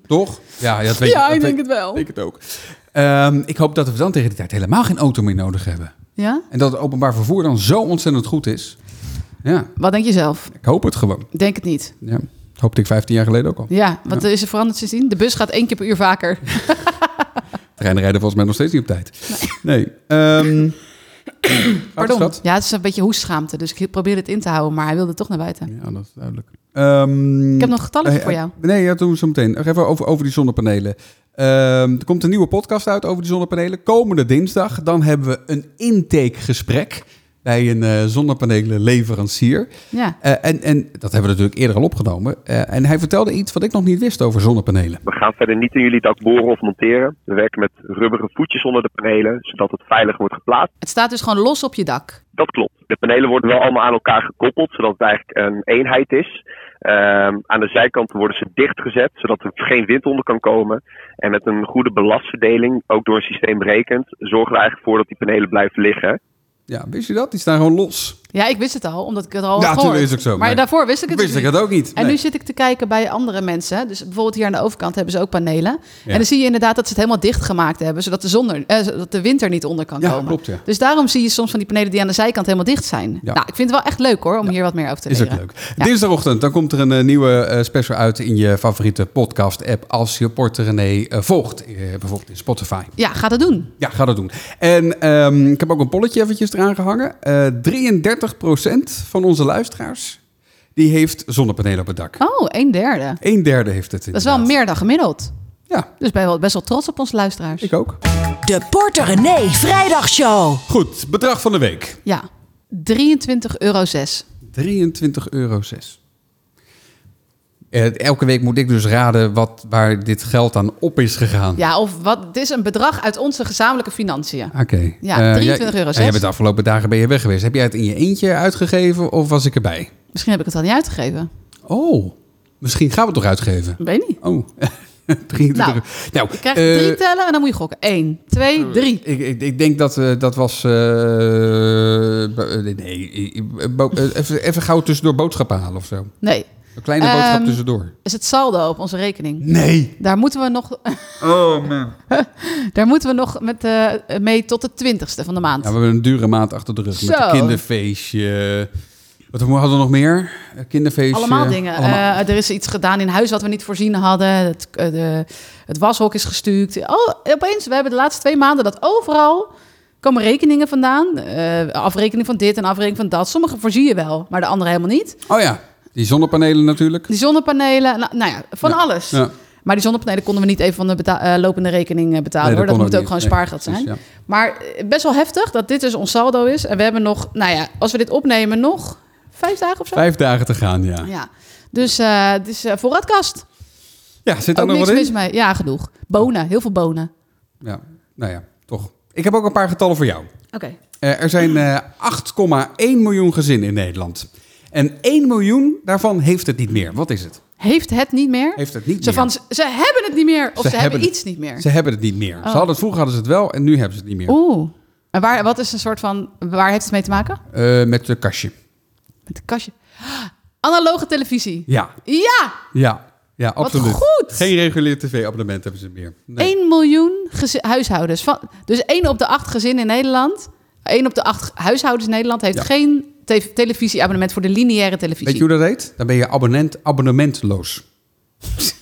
I: Toch? Ja, ja, dat weet
J: Oh. Ja,
I: dat
J: ik
I: weet-
J: denk het wel.
I: Ik het ook. Ehm, ik hoop dat we dan tegen die tijd helemaal geen auto meer nodig hebben.
J: Ja?
I: En dat het openbaar vervoer dan zo ontzettend goed is. Ja,
J: Wat denk je zelf?
I: ik hoop het gewoon.
J: Ik Denk het niet.
I: Ja, dat hoopte ik 15 jaar geleden ook al.
J: Ja, wat is er veranderd sindsdien? De bus gaat één keer per uur vaker.
I: Treinen rijden volgens mij nog steeds niet op tijd. Nee. Ehm,
J: Pardon.
I: Oudstad?
J: Ja, het is een beetje hoestschaamte, dus ik probeerde het in te houden, maar hij wilde toch naar buiten.
I: Ja, dat is duidelijk. Ehm,
J: Ik heb nog getallen
I: eh,
J: voor
I: eh,
J: jou.
I: Nee, ja, dat doen we zo meteen. Nog even over, over die zonnepanelen. Ehm, er komt een nieuwe podcast uit over die zonnepanelen. Komende dinsdag, dan hebben we een intakegesprek bij een eh zonnepanelenleverancier.
J: Ja.
I: Eh, en, en dat hebben we natuurlijk eerder al opgenomen. Eh, en hij vertelde iets wat ik nog niet wist over zonnepanelen.
C: We gaan verder niet in jullie dak boren of monteren. We werken met rubberen voetjes onder de panelen, zodat het veilig wordt geplaatst.
J: Het staat dus gewoon los op je dak.
C: Dat klopt. De panelen worden wel allemaal aan elkaar gekoppeld, zodat het eigenlijk een eenheid is. Ehm, aan de zijkanten worden ze dichtgezet, zodat er geen wind onder kan komen. En met een goede belastverdeling, ook door een systeem berekend, zorgen we er eigenlijk voor dat die panelen blijven liggen.
I: Ja, wist je dat? Die staan gewoon los.
J: Ja, ik wist het al, omdat ik het al had
I: Ja,
J: gehoord.
I: tuurlijk is ook zo,
J: Maar
I: nee.
J: daarvoor wist ik het
I: Wist
J: dus
I: ik dat
J: niet.
I: ook niet.
J: En
I: Nee.
J: nu zit ik te kijken bij andere mensen. Dus bijvoorbeeld hier aan de overkant hebben ze ook panelen.
I: Ja.
J: En dan zie je inderdaad dat ze het helemaal dicht gemaakt hebben, zodat de, zon er- eh, zodat de wind er niet onder kan
I: Ja,
J: komen.
I: klopt, ja.
J: Dus daarom zie je soms van die panelen die aan de zijkant helemaal dicht zijn.
I: Ja.
J: Nou, ik vind het wel echt leuk hoor, om hier wat meer over te
I: Is ook
J: leren.
I: leuk. Dinsdagochtend, dan komt er een eh, nieuwe eh, special uit in je favoriete podcast-app. Als je Porter René eh, volgt, eh, bijvoorbeeld in Spotify.
J: Ja, ga dat doen.
I: Ja, ga dat doen. En ehm, ik heb ook een polletje eventjes eraan gehangen. Eh 33% van onze luisteraars, die heeft zonnepanelen op het dak.
J: Oh, een derde.
I: Een derde heeft het
J: Dat is wel meer dan gemiddeld.
I: Ja,
J: Dus ben wel best wel trots op onze luisteraars.
I: ik ook.
H: De Porter René Vrijdagshow.
I: Goed, bedrag van de week.
J: Ja, 23,06 euro.
I: 23,06 euro. elke week moet ik dus raden wat, waar dit geld aan op is gegaan.
J: Ja, of wat? Het is een bedrag uit onze gezamenlijke financiën.
I: Oké.
J: Ja,
I: Eh, jij-
J: 23,06
I: en jij bent de afgelopen dagen ben je weg geweest. Heb jij het in je eentje uitgegeven of was ik erbij?
J: Misschien heb ik het al niet uitgegeven.
I: Oh, misschien gaan we het toch uitgeven?
J: Weet niet.
I: Oh, 23
J: Nou,
I: Nou,
J: Ik krijg
I: eh, Hmm.
J: drie tellen en dan moet je gokken. 1, 2, 3.
I: ik, ik, ik denk dat eh, dat was... eh, bo- eh, nee, eh, bo- eh, even, even gauw tussendoor boodschappen halen of zo.
J: Nee.
I: Een kleine boodschap
J: Ehm,
I: tussendoor.
J: Is het saldo op onze rekening?
I: Nee. Nou,
J: Daar moeten we nog,
I: Oh man.
J: daar moeten we nog met, eh, mee tot de 20ste van de maand.
I: Ja, we hebben een dure maand achter de rug. Met
J: Zo.
I: een kinderfeestje. Wat hadden we nog meer? Een Kinderfeestje.
J: Allemaal dingen.
I: Allemaal.
J: Eh, er is iets gedaan in huis wat we niet voorzien hadden. Het, eh, de, het washok is gestuukt. Oh, opeens, we hebben de laatste twee maanden dat overal komen rekeningen vandaan. Eh, afrekening van dit en afrekening van dat. Sommige voorzie je wel, maar de andere helemaal niet.
I: Oh ja, die zonnepanelen natuurlijk.
J: Die zonnepanelen, nou, nou ja, van
I: Ja.
J: alles.
I: Ja,
J: Maar die zonnepanelen konden we niet even van de beta- eh, lopende rekening eh, betalen.
I: Nee,
J: hoor.
I: dat kon
J: Dat moet
I: ook
J: ook,
I: niet.
J: gewoon
I: Nee,
J: spaargeld zijn.
I: precies,
J: Maar eh, best wel heftig dat dit dus ons saldo is. En we hebben nog, nou ja, als we dit opnemen, nog vijf dagen of zo.
I: vijf dagen te gaan, ja.
J: Ja, dus eh het is eh, voorraadkast.
I: Ja, zit daar
J: Ook
I: nog
J: niks
I: wat
J: mis
I: in?
J: mee. Ja, genoeg. Bonen, heel veel bonen.
I: Ja, nou ja, toch. Ik heb ook een paar getallen voor jou.
J: Oké.
I: Eh, er zijn eh, 8,1 miljoen gezinnen in Nederland. En 1 miljoen daarvan heeft het niet meer. Wat is het?
J: Heeft het niet meer?
I: Heeft het niet
J: Zo
I: meer.
J: van, ze, ze hebben het niet meer of ze, hebben
I: het-
J: iets niet meer. Oh.
I: Ze hebben het niet meer. Ze hadden het, vroeger hadden ze het wel en nu hebben ze het niet meer.
J: Oeh. En waar, wat is een soort van, waar heeft het mee te maken?
I: Eh, met de kastje.
J: Met een kastje. Analoge televisie.
I: Ja,
J: Ja,
I: ja, ja, absoluut.
J: goed.
I: Geen regulier tv-abonnement hebben ze meer. Nee.
J: 1 miljoen gezi- huishoudens. Van, dus 1 op de 8 gezinnen in Nederland. 1 op de 8 huishoudens in Nederland heeft
I: Ja.
J: geen te- televisieabonnement voor de lineaire televisie.
I: Weet je hoe dat heet? Dan ben je abonnent, abonnementloos.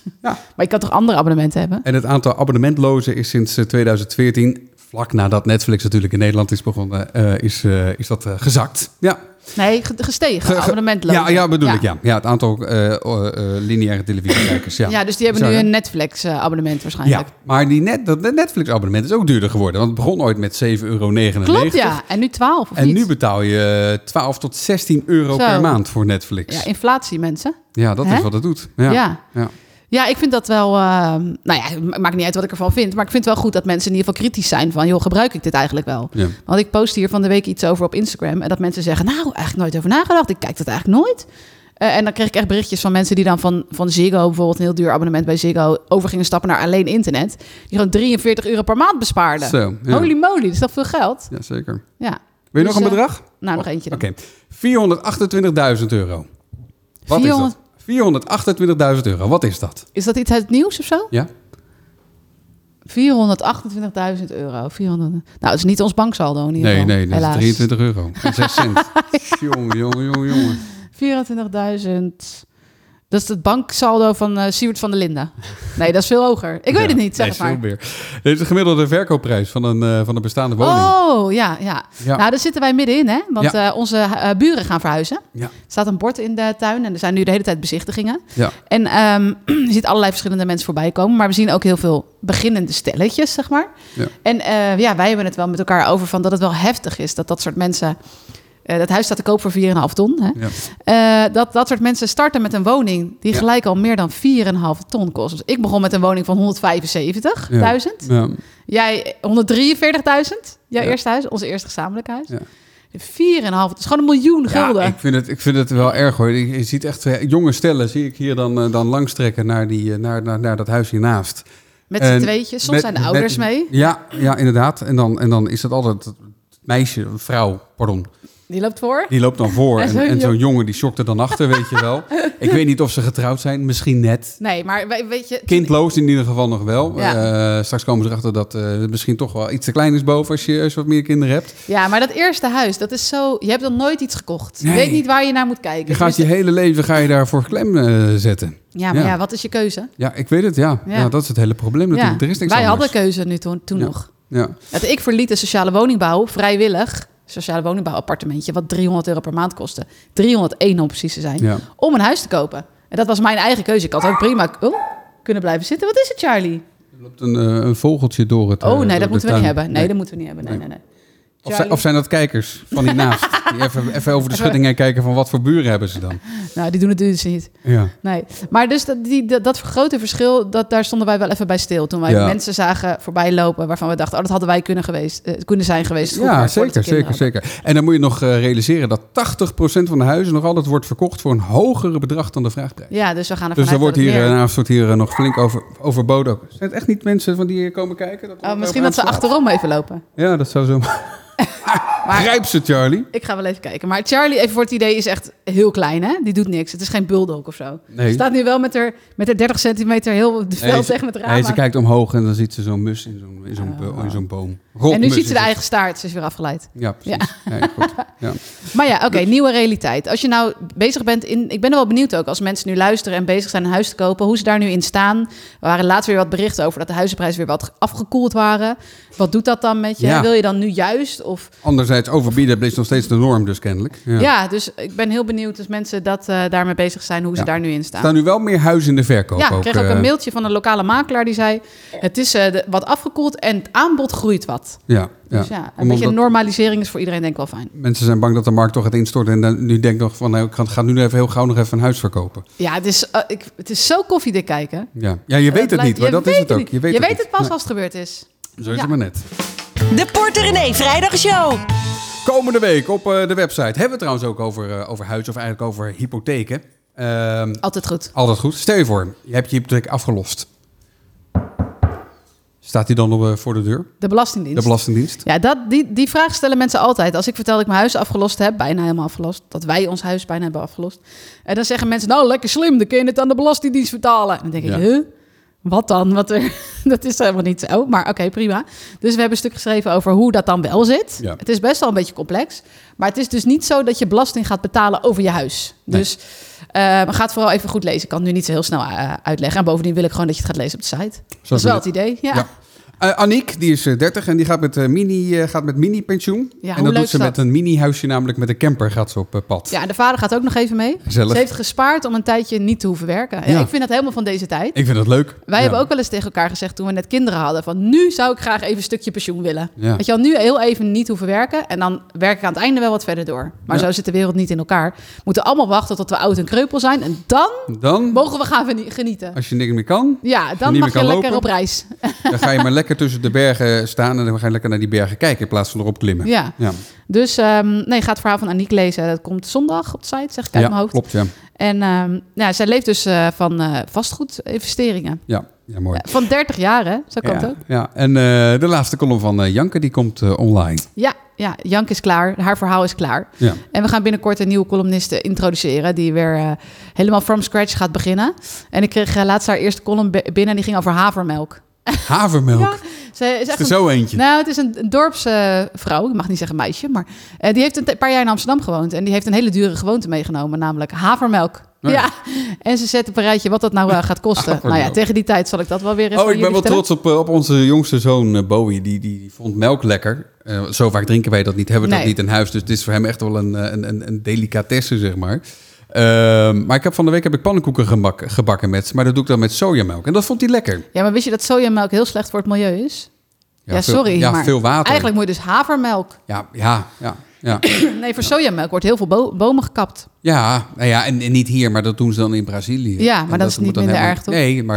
I: ja.
J: Maar je kan toch andere abonnementen hebben?
I: En het aantal abonnementlozen is sinds eh, 2014, vlak nadat Netflix natuurlijk in Nederland is begonnen, eh, is, eh, is dat eh, gezakt. Ja,
J: Nee, ge- gestegen.
I: Ge- ge-
J: abonnementloos.
I: ja, ja bedoel ik, ja. ja. Het aantal eh, eh, eh, lineaire televisiekijkers, ja.
J: Ja, dus die hebben
I: Zo,
J: nu
I: ja.
J: een Netflix-abonnement
I: Ja,
J: waarschijnlijk.
I: maar die net, dat Netflix-abonnement is ook duurder geworden. Want het begon ooit met 7,99 euro.
J: Klopt, ja. En nu 12 of
I: En
J: niet?
I: nu betaal je eh, 12 tot 16 euro
J: Zo.
I: per maand voor Netflix.
J: Ja,
I: Ja,
J: inflatie, mensen.
I: dat
J: Hè?
I: is wat het doet. Ja.
J: Ja.
I: Ja.
J: Ja, ik vind dat wel... ehm, nou ja, ma- maakt niet uit wat ik ervan vind. Maar ik vind het wel goed dat mensen in ieder geval kritisch zijn van... joh, gebruik ik dit eigenlijk wel?
I: Ja.
J: Want ik post hier van de week iets over op Instagram. En dat mensen zeggen, nou, eigenlijk nooit over nagedacht. Ik kijk dat eigenlijk nooit. Eh, en dan kreeg ik echt berichtjes van mensen die dan van, van Ziggo... bijvoorbeeld een heel duur abonnement bij Ziggo... over gingen stappen naar alleen internet. Die gewoon 43 euro per maand bespaarden.
I: Zo, ja.
J: Holy moly, dat is toch veel geld?
I: Ja, zeker.
J: Ja.
I: Wil je
J: Dus,
I: nog een
J: eh,
I: bedrag?
J: nou, nog eentje dan.
I: Oké, 428.000 euro. Wat
J: 400
I: is dat? 428.000 euro, wat is dat?
J: Is dat iets uit het nieuws of zo?
I: Ja?
J: 428.000 euro. 400... Nou, het is niet ons banksaldo in ieder
I: Nee,
J: geval.
I: nee, dat
J: helaas.
I: is 23 euro. En 6 cent. jongen, jongen, jongen, jongen.
J: 24.000. Dat is het banksaldo van eh Siewert van der Linden. Nee, dat is veel hoger. Ik weet het niet, zeg
I: nee,
J: het maar.
I: veel meer. Dit is de gemiddelde verkoopprijs van een, eh, van een bestaande woning.
J: Oh, ja, ja,
I: Ja.
J: Nou, daar zitten wij middenin, hè? Want eh, onze eh, buren gaan verhuizen.
I: Ja.
J: Er staat een bord in de tuin en er zijn nu de hele tijd bezichtigingen.
I: Ja.
J: En ehm, je ziet allerlei verschillende mensen voorbij komen. Maar we zien ook heel veel beginnende stelletjes, zeg maar.
I: Ja.
J: En eh, ja, wij hebben het wel met elkaar over van dat het wel heftig is dat dat soort mensen. eh, dat huis staat te koop voor 4,5 ton. Hè?
I: Ja.
J: Eh, dat dat soort mensen starten met een woning die
I: Ja.
J: gelijk al meer dan 4,5 ton kost. Dus ik begon met een woning van 175.000.
I: Ja.
J: Jij 143.000,
I: Ja.
J: jouw eerste huis, onze eerste gezamenlijk huis.
I: Ja.
J: 4,5, het is gewoon een miljoen gulden.
I: Ja, ik vind, het, ik vind het wel erg hoor. Je je ziet echt eh, jonge stellen, zie ik hier dan, eh, dan langstrekken naar, die, eh, naar, naar, naar dat huis hiernaast.
J: met z'n
I: En
J: tweetjes, soms
I: met-
J: zijn de ouders
I: met-
J: mee.
I: Ja, ja inderdaad. En dan, en dan is dat altijd het meisje, een vrouw, pardon,
J: Die loopt voor.
I: die loopt dan voor.
J: En
I: En,
J: zo'n
I: en zo'n
J: jong-
I: jongen die schokt er dan achter, weet je wel. Ik weet niet of ze getrouwd zijn, misschien net.
J: Nee, maar wij- weet je...
I: Kindloos in ieder geval nog wel.
J: Ja.
I: Eh, straks komen ze erachter dat eh, het misschien toch wel iets te klein is boven als je, als je wat meer kinderen hebt.
J: Ja, maar dat eerste huis, dat is zo... Je hebt nog nooit iets gekocht.
I: Nee.
J: Je weet niet waar je naar moet kijken.
I: Je gaat je
J: Dus-
I: hele leven ga je daarvoor klem eh, zetten.
J: Ja, maar ja.
I: ja.
J: wat is je keuze?
I: Ja, ik weet het, ja. ja.
J: Ja.
I: dat is het hele probleem natuurlijk.
J: Ja.
I: Er is niks
J: Wij hadden
I: anders.
J: keuze nu toen, toen
I: Ja.
J: nog.
I: Ja.
J: Dat ik verliet de sociale woningbouw vrijwillig... Sociale woningbouwappartementje, wat 300 euro per maand kostte. 301 om precies te zijn.
I: Ja.
J: Om een huis te kopen. En dat was mijn eigen keuze. Ik had ook prima oh, kunnen blijven zitten. Wat is het, Charlie?
I: Er loopt een, eh, een vogeltje door het. eh,
J: Oh nee,
I: door
J: dat
I: de
J: moeten we niet
I: tuin.
J: hebben. Nee, dat moeten we niet hebben. Nee, nee, nee.
I: Of, zijn, of zijn dat kijkers van die naast? Die even, even over de schutting heen kijken van wat voor buren hebben ze dan?
J: Nou, die doen het dus niet.
I: Ja.
J: Nee. Maar dus dat, die, dat, dat grote verschil, dat, daar stonden wij wel even bij stil. Toen wij
I: Ja.
J: mensen zagen voorbij lopen waarvan we dachten, oh, dat hadden wij kunnen, geweest, eh, kunnen zijn geweest. vroeger,
I: Ja,
J: voordat
I: zeker,
J: we kinderen
I: zeker, zeker. En dan moet je nog eh, realiseren dat 80% van de huizen nog altijd wordt verkocht voor een hogere bedrag dan de vraagprijs.
J: hadden. Ja, dus we gaan ervan
I: Dus daar
J: uit
I: wordt
J: dat
I: hier,
J: het meer-
I: eh, nou, wordt hier eh, nog flink over, overboden ook. Zijn het echt niet mensen van die hier komen kijken? Dat
J: Oh,
I: er
J: misschien
I: over
J: dat ze
I: aanslaat?
J: achterom even lopen.
I: Ja, dat zou zo. Grijp ze, Charlie.
J: Ik ga wel even kijken. Maar Charlie, even voor het idee, is echt heel klein, hè? Die doet niks. Het is geen bulldog of zo.
I: Nee.
J: Staat nu wel met haar, met haar 30 centimeter heel het veld tegen met het raam
I: nee, ze
J: aan.
I: kijkt omhoog en dan ziet ze zo'n mus in zo'n in zo'n bo- in zo'n boom.
J: En nu
I: Rotmus
J: ziet ze
I: is
J: de
I: het.
J: eigen staart. Ze is weer afgeleid.
I: Ja, precies. Ja. goed. Ja.
J: Maar ja, oké,
I: Dus-
J: nieuwe realiteit. Als je nou bezig bent in... Ik ben er wel benieuwd ook, als mensen nu luisteren en bezig zijn een huis te kopen, hoe ze daar nu in staan. Er waren laatst weer wat berichten over dat de huizenprijzen weer wat afgekoeld waren. Wat doet dat dan met je?
I: Ja.
J: Wil je dan nu juist? Of...
I: Anderzijds, overbieden is nog steeds de norm dus kennelijk.
J: Ja.
I: Ja.
J: dus ik ben heel benieuwd als mensen dat, eh, daarmee bezig zijn, hoe ze
I: Ja.
J: daar nu in staan.
I: Er staan nu wel meer huizen in de verkoop.
J: Ja, ik
I: ook,
J: kreeg ook
I: eh,
J: een mailtje van een lokale makelaar die zei... het is eh, de- wat afgekoeld en het aanbod groeit wat.
I: Ja, ja.
J: Dus ja, een
I: Omdat
J: beetje normalisering is voor iedereen denk ik wel fijn.
I: Mensen zijn bang dat de markt toch gaat instorten. En dan, nu denkt nog van, nou, ik ga- ga nu even heel gauw nog even een huis verkopen.
J: Ja, het is, eh, ik, het is zo koffiedik kijken.
I: Ja, ja je weet het
J: blijkt-
I: niet, maar
J: Eh, je
I: dat
J: weet
I: is het ook.
J: niet. Je weet,
I: niet.
J: het, pas
I: Nee,
J: als het gebeurd is.
I: Zo is
J: Ja.
I: het maar net.
H: De Porter René Vrijdagshow.
I: Komende week op eh, de website hebben we het trouwens ook over, eh, over huis of eigenlijk over hypotheken. Ehm
J: Altijd goed.
I: altijd goed. Stel je voor, je hebt je hypotheek afgelost. Staat die dan op, eh, voor de deur?
J: De Belastingdienst.
I: De Belastingdienst?
J: ja, dat, die, die vraag stellen mensen altijd. Als ik vertel dat ik mijn huis afgelost heb, bijna helemaal afgelost. Dat wij ons huis bijna hebben afgelost. En dan zeggen mensen, nou lekker slim, dan kun je het aan de Belastingdienst vertalen. En dan denk ik,
I: Ja.
J: huh? Wat dan? Wat er, dat is helemaal niet zo. Maar oké, prima. Dus we hebben een stuk geschreven over hoe dat dan wel zit.
I: Ja.
J: Het is best wel een beetje complex. Maar het is dus niet zo dat je belasting gaat betalen over je huis.
I: Nee.
J: Dus eh, ga het vooral even goed lezen. Ik kan het nu niet zo heel snel eh, uitleggen. En bovendien wil ik gewoon dat je het gaat lezen op de site. dat is wel
I: het.
J: het idee.
I: Ja. Eh, Aniek, die is eh, 30 en die gaat met, eh, mini, eh, gaat met mini pensioen.
J: Ja,
I: en dat
J: hoe leuk
I: doet ze
J: is
I: met
J: dat?
I: een mini huisje, namelijk met een camper gaat ze op eh, pad.
J: Ja, de vader gaat ook nog even mee.
I: Gezellig.
J: Ze heeft gespaard om een tijdje niet te hoeven werken. En
I: Ja.
J: Ik vind dat helemaal van deze tijd.
I: Ik vind dat leuk.
J: Wij
I: Ja.
J: hebben ook wel eens tegen elkaar gezegd toen we net kinderen hadden... van nu zou ik graag even een stukje pensioen willen.
I: Ja.
J: Weet je wel, nu heel even niet hoeven werken... en dan werk ik aan het einde wel wat verder door. Maar
I: Ja.
J: zo zit de wereld niet in elkaar. We moeten allemaal wachten tot we oud en kreupel zijn... en dan
I: Dan,
J: mogen we gaan geni- genieten.
I: als je niks meer kan,
J: Ja, dan
I: niet
J: mag
I: meer
J: je
I: kan
J: lekker
I: lopen.
J: op reis.
I: dan ga je maar lekker tussen de bergen staan en dan ga je lekker naar die bergen kijken in plaats van erop klimmen.
J: Ja.
I: ja.
J: Dus ehm, nee, ga het verhaal van Aniek lezen. Dat komt zondag op de site, zeg ik uit
I: Ja,
J: mijn hoofd.
I: klopt, ja.
J: En ehm, ja, zij leeft dus eh, van eh vastgoedinvesteringen.
I: Ja, ja mooi.
J: Ja, Van 30 jaar, hè? Zo kan
I: ja,
J: het ook.
I: ja. En eh, de laatste column van eh, Janke, die komt eh, online.
J: Ja, ja, Jank is klaar. Haar verhaal is klaar.
I: Ja.
J: En we gaan binnenkort een nieuwe columniste introduceren... die weer eh, helemaal from scratch gaat beginnen. En ik kreeg eh, laatst haar eerste column bi- binnen... en die ging over havermelk.
I: Havermelk. Oh,
J: Ja, Ze is
I: is
J: echt
I: er
J: een-
I: zo eentje.
J: Nou, het is een dorpsvrouw. ik mag niet zeggen meisje, maar... eh, die heeft een t- paar jaar in Amsterdam gewoond... en die heeft een hele dure gewoonte meegenomen, namelijk havermelk.
I: Ja.
J: Ja. En ze zet op een rijtje wat dat nou eh, gaat kosten. nou ja,
I: Havermelk.
J: tegen die tijd zal ik dat wel weer eens
I: Oh,
J: voor
I: ik ben wel
J: jullie vertellen.
I: trots op, eh, op onze jongste zoon eh, Bowie. Die, die, die vond melk lekker. Eh, zo vaak drinken wij dat niet, hebben we
J: Nee.
I: dat niet in huis. Dus het is voor hem echt wel een, eh, een, een, een delicatesse, zeg maar. Ehm, maar ik heb van de week heb ik pannenkoeken gemak- gebakken met ze. Maar dat doe ik dan met sojamelk. En dat vond hij lekker.
J: Ja, maar wist je dat sojamelk heel slecht voor het milieu is? Ja,
I: veel-
J: sorry.
I: Ja,
J: maar
I: veel water.
J: Eigenlijk moet je dus havermelk.
I: Ja, ja, ja. Ja,
J: Nee, voor sojamelk wordt heel veel bo- bomen gekapt.
I: ja, nou ja en, en niet hier, maar dat doen ze dan in Brazilië.
J: Ja, maar
I: En
J: dat is
I: moet
J: niet
I: dan
J: minder
I: helemaal-
J: erg, toch?
I: Nee,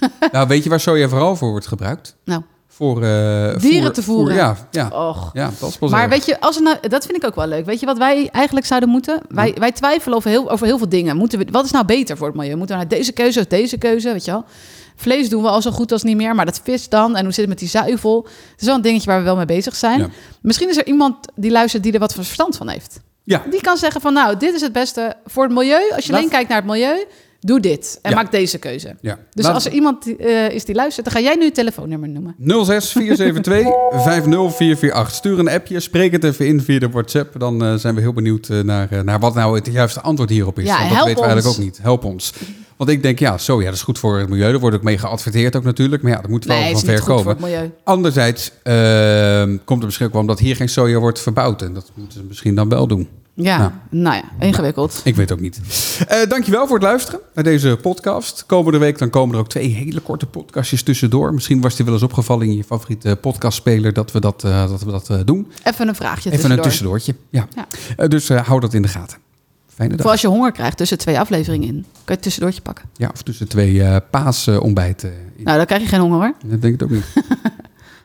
I: maar... nou, weet je waar soja vooral voor wordt gebruikt?
J: Nou,
I: Voor... eh,
J: Dieren
I: voer-
J: te voeren.
I: voer- ja, ja.
J: och.
I: ja, dat is pas
J: Maar
I: erg.
J: weet je, als er nou, dat vind ik ook wel leuk. Weet je wat wij eigenlijk zouden moeten? Wij, wij twijfelen over heel, over heel veel dingen. Moeten we, wat is nou beter voor het milieu? Moeten we naar deze keuze of deze keuze? Weet je wel? Vlees doen we al zo goed als niet meer, maar dat vis dan. En hoe zit het met die zuivel? Het is wel een dingetje waar we wel mee bezig zijn.
I: Ja.
J: Misschien is er iemand die luistert die er wat van verstand van heeft.
I: Ja,
J: Die kan zeggen van, nou, dit is het beste voor het milieu. Als je
I: Laat-
J: alleen kijkt naar het milieu, doe dit. En
I: Ja.
J: maak deze keuze.
I: ja.
J: Dus
I: Laat-
J: als er iemand eh, is die luistert, dan ga jij nu het telefoonnummer noemen.
I: 06 472 50448. Stuur een appje, spreek het even in via de WhatsApp. Dan eh, zijn we heel benieuwd eh, naar, eh, naar wat nou het juiste antwoord hierop is.
J: Ja,
I: Want dat
J: help
I: weten we eigenlijk ook
J: ons.
I: niet. Help ons. Want ik denk, ja, zo ja, dat is goed voor het milieu. Daar wordt ook mee geadverteerd ook natuurlijk. Maar ja, dat moet wel
J: nee,
I: van
J: is
I: ver
J: niet goed voor
I: komen. ehm,
J: het milieu.
I: Anderzijds eh, komt het misschien ook wel omdat hier geen soja wordt verbouwd. En dat moeten ze misschien dan wel doen.
J: Ja,
I: Nou.
J: nou, ja, ingewikkeld.
I: Ik weet ook niet. Eh, dankjewel voor het luisteren naar deze podcast. Komende week dan komen er ook twee hele korte podcastjes tussendoor. Misschien was die wel eens opgevallen in je favoriete podcastspeler dat we dat, eh, dat, we dat eh, doen.
J: Even een vraagje
I: Even een
J: tussendoor.
I: tussendoortje. Ja.
J: Ja.
I: Eh, dus eh, hou dat in de gaten. Fijne
J: Voor
I: dag.
J: als je honger krijgt tussen twee afleveringen in. Kan je het tussendoortje pakken.
I: Ja, of tussen twee eh paasontbijten.
J: Nou, dan krijg je geen honger hoor.
I: Dat denk ik ook niet.